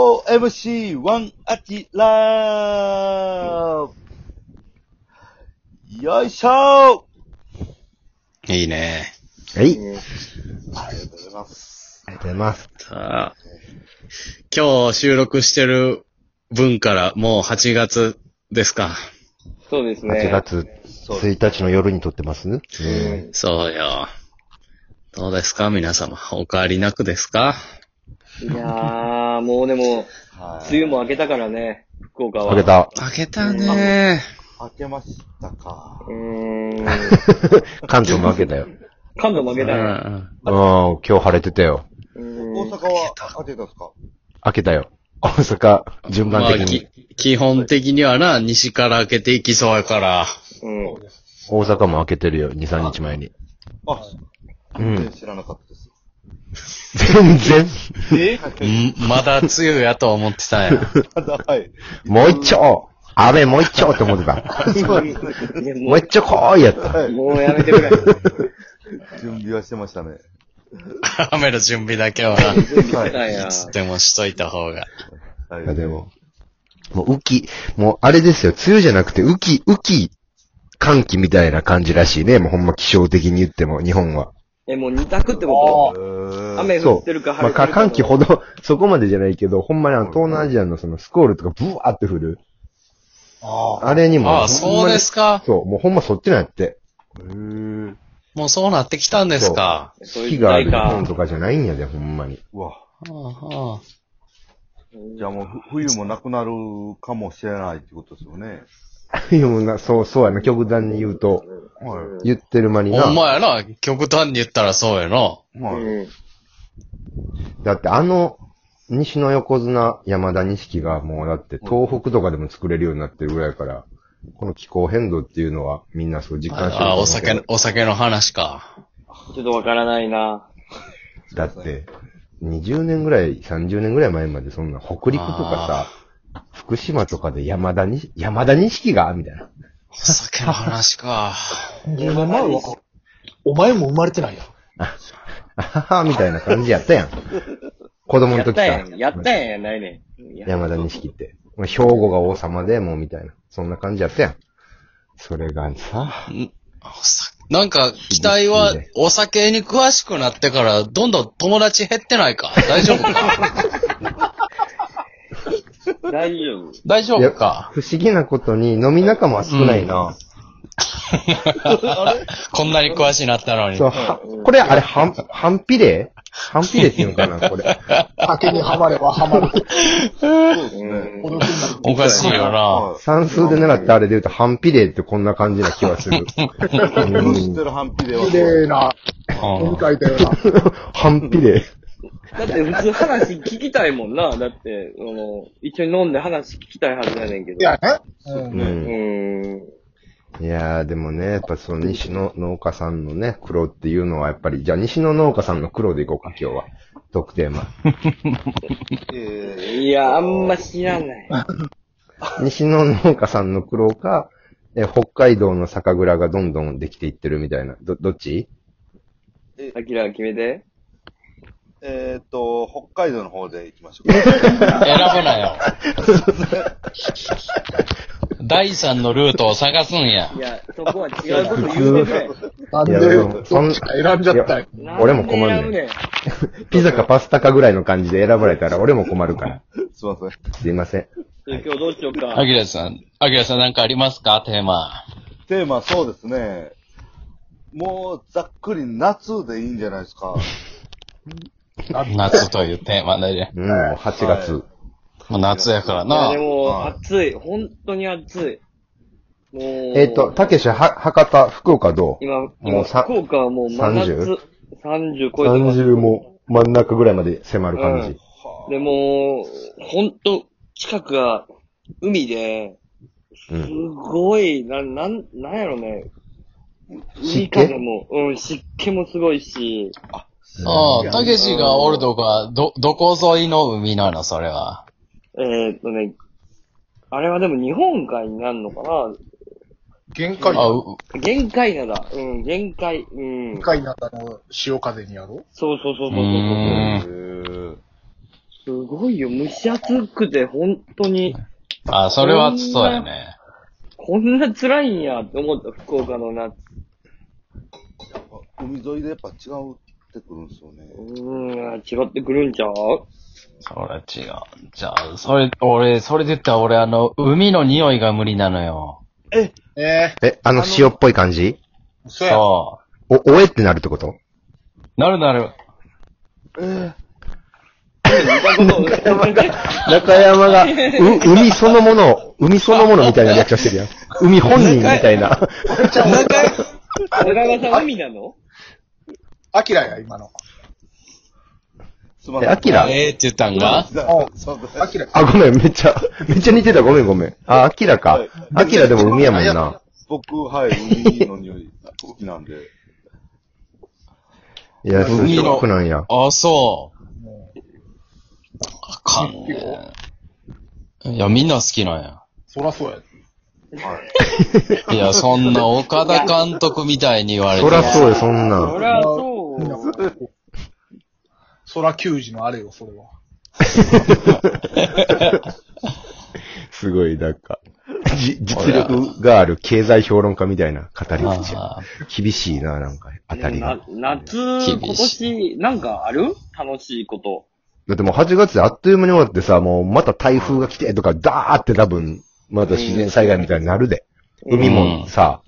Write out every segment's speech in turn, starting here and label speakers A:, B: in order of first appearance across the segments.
A: 4MC1 アキラーよいしょ
B: いいね。
C: はい。
A: ーありがとうございます。
C: ありがとうございます。
B: さあ、今日収録してる分からもう8月ですか。
D: そうですね。
C: 8月
A: そうです
C: 1日の夜に撮ってますね。
D: うん。
B: そうよ。どうですか皆様。お変わりなくですか
D: いやー、もうでも、
A: は
D: 梅雨も明けたからね、福岡は。
C: あげ。た。
B: 開けたね
A: 明けましたか。
D: うーん。
C: 関東負けたよ。
D: 関東負け
B: う
D: た
B: ん。
D: ね。
C: うん、今日晴れてたよ。
D: う
A: 大阪
D: ん。
A: は明けたんですか
C: 開けたよ。大阪、順
B: ま
C: 番
B: あ、
C: 的に
B: き。基本的にはな、西から開けていきそうやから。
D: うん。
C: 大阪も開けてるよ、2、3日前に。
A: あ、
C: う
A: 全然
C: ん。
A: 知らなかったです。
C: 全然。
A: え
B: んまだ梅雨やと思ってた んや。
A: ただ、はい。
C: もう一丁雨もう一丁って思ってた。
D: いや
C: もう
D: も
C: 一丁来いやった。
D: う、もうやめてくれ。
A: 準備はしてましたね。
B: 雨の準備だけはな。
D: 来たんや。
B: でもしといた方が。
A: はい
C: やでも。もう、雨季、もう、あれですよ、梅雨じゃなくて、雨季、雨季、寒気みたいな感じらしいね。もうほんま気象的に言っても、日本は。
D: え、もう二択ってこ
A: え
D: と
A: ー、
D: 雨降ってるか晴
C: まあ、
D: れて
C: か
D: るか。
C: 寒気ほど、 そこまでじゃないけど、ほんまにあの、東南アジアのそのスコールとかブワーって降る。
A: あ
C: あれにも。
B: ああ、そうですか。
C: そう、もうほんまそっちなんやって。
A: ー。う
B: もうそうなってきたんですか。
D: そういう
C: 火
D: 時
C: があ
D: 代
C: る日本
D: か。
C: とかじゃないんやで、ほんまに。
A: ーわ。
B: はあはあ
A: じゃあもうふ冬もなくなるかもしれないってことですよね。
C: いやもうなそう、そうやな、極端に言うと、
A: は
C: 言ってる間にな
B: ほん。まやな。極端に言ったらそうやな。
A: い。
D: う
A: はい。
D: ん。
C: だってあの、西の横綱、山田錦がもうだって東北とかでも作れるようになってるぐらいから、この気候変動っていうのはみんなそう実感してると
B: ああ、
C: 思う
B: お酒の、お酒の話か。
D: ちょっとわからないな。
C: だって、20年ぐらい、30年ぐらい前までそんな北陸とかさ、福島とかで山田に、山田錦がみたいな。
B: お酒の話か。
E: お前は、お前も生まれてないやろ。
C: あはは、みたいな感じやったやん。子供の
D: やっ
C: 時
D: た
C: さ。
D: やん。やったやんやないねん。や
C: 山田錦って。兵庫が王様で、もうみたいな。そんな感じやったやん。それがさ、
B: お酒なんか、期待は、お酒に詳しくなってから、どんどん友達減ってないか。大丈夫 か
D: 大丈夫。
B: 大丈
C: い
B: 夫
C: や
B: か
C: 不思議なことに飲み仲間は少ないな。
B: こんなに詳しいなったのに。
C: そう、はこれあれ、半、半比例半比例っていうのかな、これ。
E: 竹にはまればはまる。
D: うん。
E: この国に
B: おかしいよな。
A: はい
C: 算数で習ったあれで言うと半比例ってこんな感じな気はす る。
A: 僕の知ってる反比では。
E: 綺麗な、
B: うん
E: 海書いたような。
C: 半比例。
D: だって普通話聞きたいもんな。だって、あの、一緒に飲んで話聞きたいはずやねんけど。
E: いやね。うん
C: う。
D: うんん。
C: いやー、でもね、やっぱその西の農家さんのね、苦労っていうのはやっぱり、じゃあ西の農家さんの苦労でいこうか、今日は。特テーマ。
A: え
D: いや、あんま知ら ない。
C: 西の農家さんの苦労か、え北海道の酒蔵がどんどんできていってるみたいな。ど、どっち
D: アキラ決めて。
A: ーえーっと、北海道の方で行きましょうか。
B: 選ぶな よ。第三のルートを探すんや
D: い。や、そこは違うこと言うてく
E: なん
C: いやでも
E: で、そっちから選んじゃったよ。
D: れ。
C: 俺も困
D: なん
C: る
D: で
C: ね
D: 選
C: ピザかパスタかぐらいの感じで選ばれたら俺も困るから。
A: すいません。
C: すいません。
D: ぶねん。今日どうしようか。
B: アキラさん、アキラさんなんかありますかテーマ。
A: テーマ、そうですね。もう、ざっくり夏でいいんじゃないですか。
B: 夏というテーマで。
C: うん、もう8月。
B: もう夏やから
D: いや、
B: な
D: で。も、
A: はい
D: 暑い。本当に暑い。もう、
C: えっ、と、たけし、は、博多、福岡どう
D: 今、
C: も
D: 今、
C: うさ
D: 福岡はもう真夏
C: 30。
D: 30超えてます。
C: ?30 も真ん中ぐらいまで迫る感じ。
D: うんでも、本当近くが海で、すごい、な、なん、なんやろね。
C: 湿気
D: 海風も、うん、湿気もすごいし、
B: ああ、たけしがおるとか、ど、どこ沿いの海なの、それは。
D: えー、っとね、あれはでも日本海になるのかな
E: 限界、
B: あ、う
D: 限界なだ。うん、限界。うん
E: 限。界なったの、潮風にやろ
D: そうそうそうそう
B: う
D: そ
B: ー
D: う
B: ん。
A: えー
D: すごごいよ。蒸し暑くて、本当に、
B: あ、それはそうやね。
D: こんな辛いんやって思った、福岡の夏。
A: 海沿いでやっぱ違うってくるんですよね。
D: うーん、違ってくるんちゃう
B: それ違う。じゃあ、それ、俺、それで言ったら俺、あの、海の匂いが無理なのよ。
E: え
C: え、あの塩っぽい感じ
E: ー、そうや。
B: そ
C: お、おえってなるってこと
B: う。なるなる。
C: 中山が、う、海そのもの、海そのものみたいなリアクションしてるやん。海本人みたいな。
D: 小川さん海なの
E: アキラや、今の。
A: すまな
C: え、
A: い。
C: アキラ
B: ええって言ったんが
A: あ
E: アキラ。
C: あ、ごめん、めっちゃ、めっちゃ似てた、ごめんごめん。あ、アキラか。アキラでも海やもんな。
A: 僕、はい、海の匂いが好きなんで。
C: いや、そう、
B: 海
C: シ
B: の
C: ョックなんや。
B: あ、そう。あかんね。いや、みんな好きなんや。
E: そらそうや。
B: いや、そんな岡田監督みたいに言われて
C: そ
B: も。
C: らそうよ、そんな
D: そ
C: ん。
D: りゃそう。
E: そら球児のあれよ、それは。
C: すごい、なんか、じ、実力がある経済評論家みたいな語り口や。
B: あー
C: 厳しいな、なんか、当たりが。
D: な夏、今年、なんかある楽しいこと。
C: だってもう8月であっという間に終わってさ、もうまた台風が来てとか、ダーって多分、また自然災害みたいになるで。海もさ、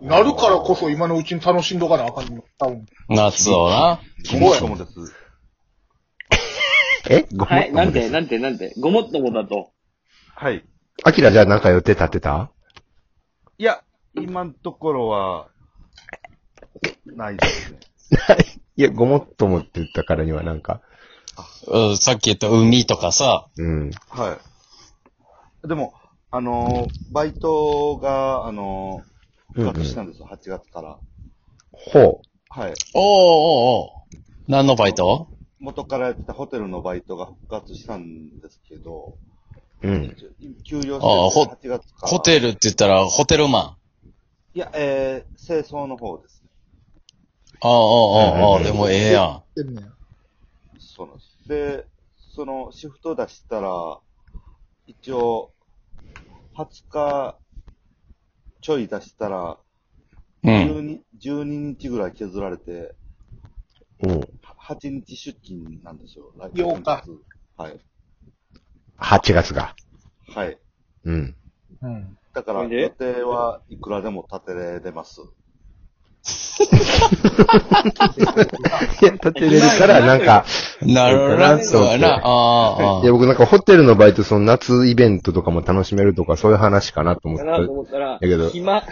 E: なるからこそ今のうちに楽しんどかなあかんの。多分。
B: 夏をな。
A: ごもっともです。
C: えご
D: は
C: め
D: い、なん
C: ん。
D: て、なんて、なんて、ごもっともだと。
A: はい。
C: アキラじゃあなんか予定立てた
A: いや、今のところは、ないですね。
C: いや、ごもっともって言ったからにはなんか、
B: うん、さっき言った海とかさ。
C: うん。
A: はい。でも、あのー、バイトが、あのー、
C: うんう
A: 復
C: ん
A: 活したんですよ、8月から。
C: ほ
A: はい。
B: おーおーおー何のバイト
A: 元からやってたホテルのバイトが復活したんですけど、
C: う。うん。
A: 休業
B: ああほ
A: してて、8月から。
B: ホテルって言ったら、ホテルマン。あ
A: いや、えー、清掃の方ですね。
B: あ、ああ、あ
C: うんうんう
B: あ、
C: ん
B: でもええやん。
E: でもね
A: そうなんです。で、その、シフト出したら、一応、20日ちょい出したら、
B: うん。
A: 12, 12日ぐらい削られて、
C: うん。
A: 8日出勤なんですよ。来
E: 8日。
A: はい。
C: 8月が。
A: はい。
C: うん。
E: うん。
A: だから、
D: ほいで
A: 予定はいくらでも立てれます。
C: いや、立てれるから、なんか、
B: なるほどな、そうやな。ああ、あ
C: いや、僕なんかホテルのバイト、その夏イベントとかも楽しめるとか、そういう話かなと思っ
D: か
C: て
D: なと思ったら
C: だけど、
D: 暇。
A: はい。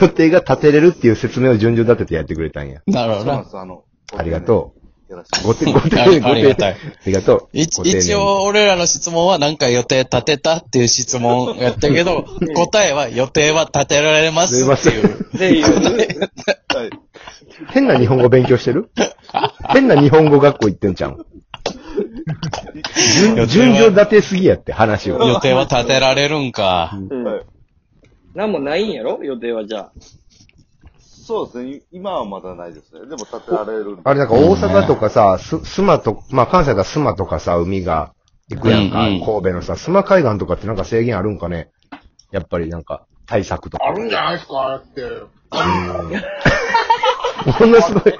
C: 予定が立てれるっていう説明を順序立ててやってくれたんや。
B: あなるほ
A: そう
B: ど
A: なん
B: な
A: で。す。あの、
C: ありがと
A: う。よろしく
C: ごて、ご丁寧、ご
B: あり
C: 丁
B: がた
C: 寧。
B: い
C: ありがとう。
B: 一
C: ご丁寧に
B: 一、応、俺らの質問はなんか予定立てたっていう質問やったけ ど、答えは予定は立てられます
C: すいま
B: って
C: せ。
B: いうん
D: っていう。
A: はい。
C: 変な日本語勉強してる 変な日本語学校行ってんじゃん。順順序立てすぎやって、話を。
B: 予定は立てられるんか。
D: うんなんもないんやろ 予定はじゃあ。
A: そうですね。今はまだないですね。でも立てられるんで。
C: あれなんか大阪とかさ、す、すまと、まあ関西だすまとかさ、海が行くやんか、
B: うんうん
C: 神戸のさ、すま海岸とかってなんか制限あるんかねやっぱりなんか、対策とか。
E: あるんじゃないですか、あれって。
C: こんなすごい、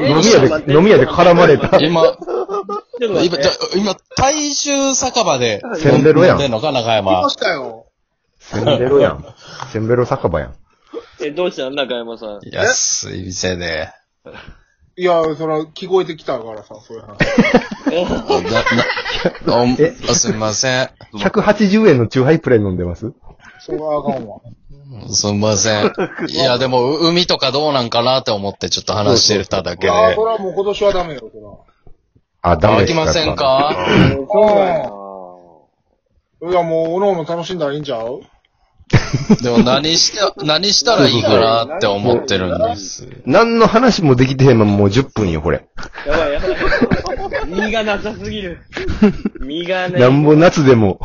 C: 飲み屋で、飲み屋で絡ま れた。
B: 今、
D: ちょっと待っ
B: 今、
D: て
B: じゃ今、大衆酒場で
C: せんべろやん
B: 飲んでんのか、中
E: 来
B: 山
E: ま。したよ。
C: せんべろやん。せんべろ酒場やん。
D: え、どうしたん中山さん。
B: 安い店で。
E: いや、そら、聞こえてきたからさ、そういう話。
B: あなな
C: え
B: あすみません。
C: 180円のチューハイプレイ飲んでます
E: それはあかんわ。
B: すみません。いや、でも、う海とかどうなんかなって思って、ちょっと話してただ
E: い
B: けで。
E: や、それはもう今年はダメよ、そ
C: あ、ダメ
B: 飽
C: です
B: きませんか
D: そうなんや
E: ら。いや、もう、おのおの楽しんだらいいんちゃう
B: でも、何した、何したらいいかなって思ってるんです。
C: 何の話もできてへんままもう10分よ、これ。
D: やばいやばい。 身がなさすぎる。身がね。
C: なんぼ夏でも。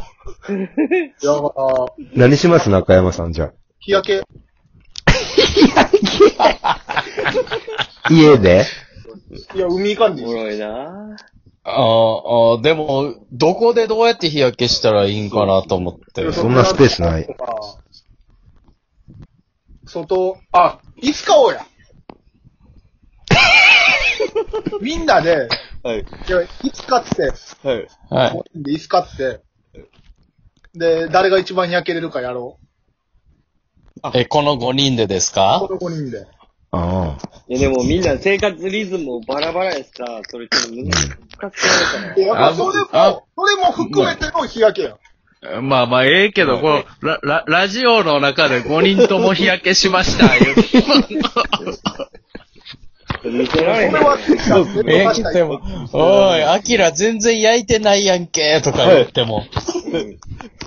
E: いや、だから、
C: 何します中山さん、じゃ
E: 日焼け。
C: あ。家で
E: いや、海行かん
D: お
E: でいい
D: も
E: です
D: ろいな
B: ああ、ああでも、どこでどうやって日焼けしたらいいんかなと思って。
C: そんなスペースない。
E: あ外、あ、いつかおうや。みんなで、
A: はい。
E: いや、いつかって、
A: はい。
B: はい。
E: で、いつかって、で、誰が一番焼けれるかやろ
B: え、この5人でです
E: う。
B: か
E: この5人で。
C: あ
D: いやでもみんな生活リズムバラバラやしさ、それちょっと難しくないかな。
E: いや、やっぱそれ
B: あ
E: も、それも含めての日焼けや。
F: まあまあ、ええけど、こう、ラ、ラ、ラジオの中で5人とも日焼けしました、言う
D: 見せら
E: そ
D: れへ
E: れ
D: ん。
E: は、
B: え
E: 出し、た
B: で
E: い
B: も、おい、アキラ全然焼いてないやんけ、とか言っても、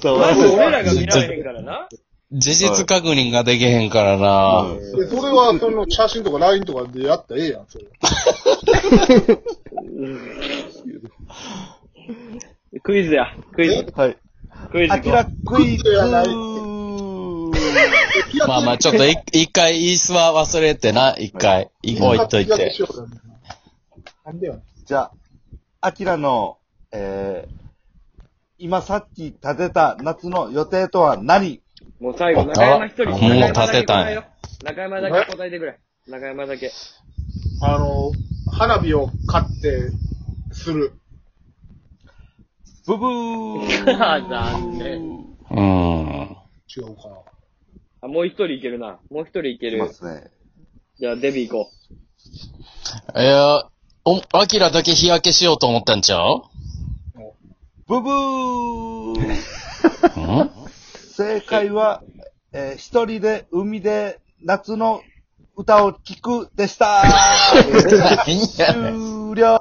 A: 伝
D: ま
A: わら
D: ず
A: せ
D: 俺らが見られへんからな。
B: 事実確認ができへんからな。
E: でそれは、その、写真とか LINE とかでやったらええやん、それ。
D: クイズや、クイズ。
A: はい。
D: クイズ行
E: あ
D: こ
E: き
D: う。
E: らクイズやない。
B: まあまあ、ちょっとい一回、イースは忘れてな、一回、い置いといて。
E: なんでよ。
A: じゃあ、アキラの、えー、今さっき立てた夏の予定とは何
D: もう最後、中山一人。
B: もう
D: 中山だ
B: 立
D: け
B: てたん
D: 答
B: や
D: えよ中山だけ答えてくれ。中山だけ。
E: あの、花火を買って、する。
A: ブブー
D: 残念。
B: うん。
E: 違うかな。
D: あ、もう一人いけるな。もう一人いけ
A: いま
D: る。
A: すね。
D: じゃあ、デビ行こ
B: いや、お、アキラだけ日焼けしようと思ったんちゃう
A: ブブー
B: うん
A: 正解は、えー、一人で海で 夏の歌を聴くでした
B: 何やねん。
A: 終了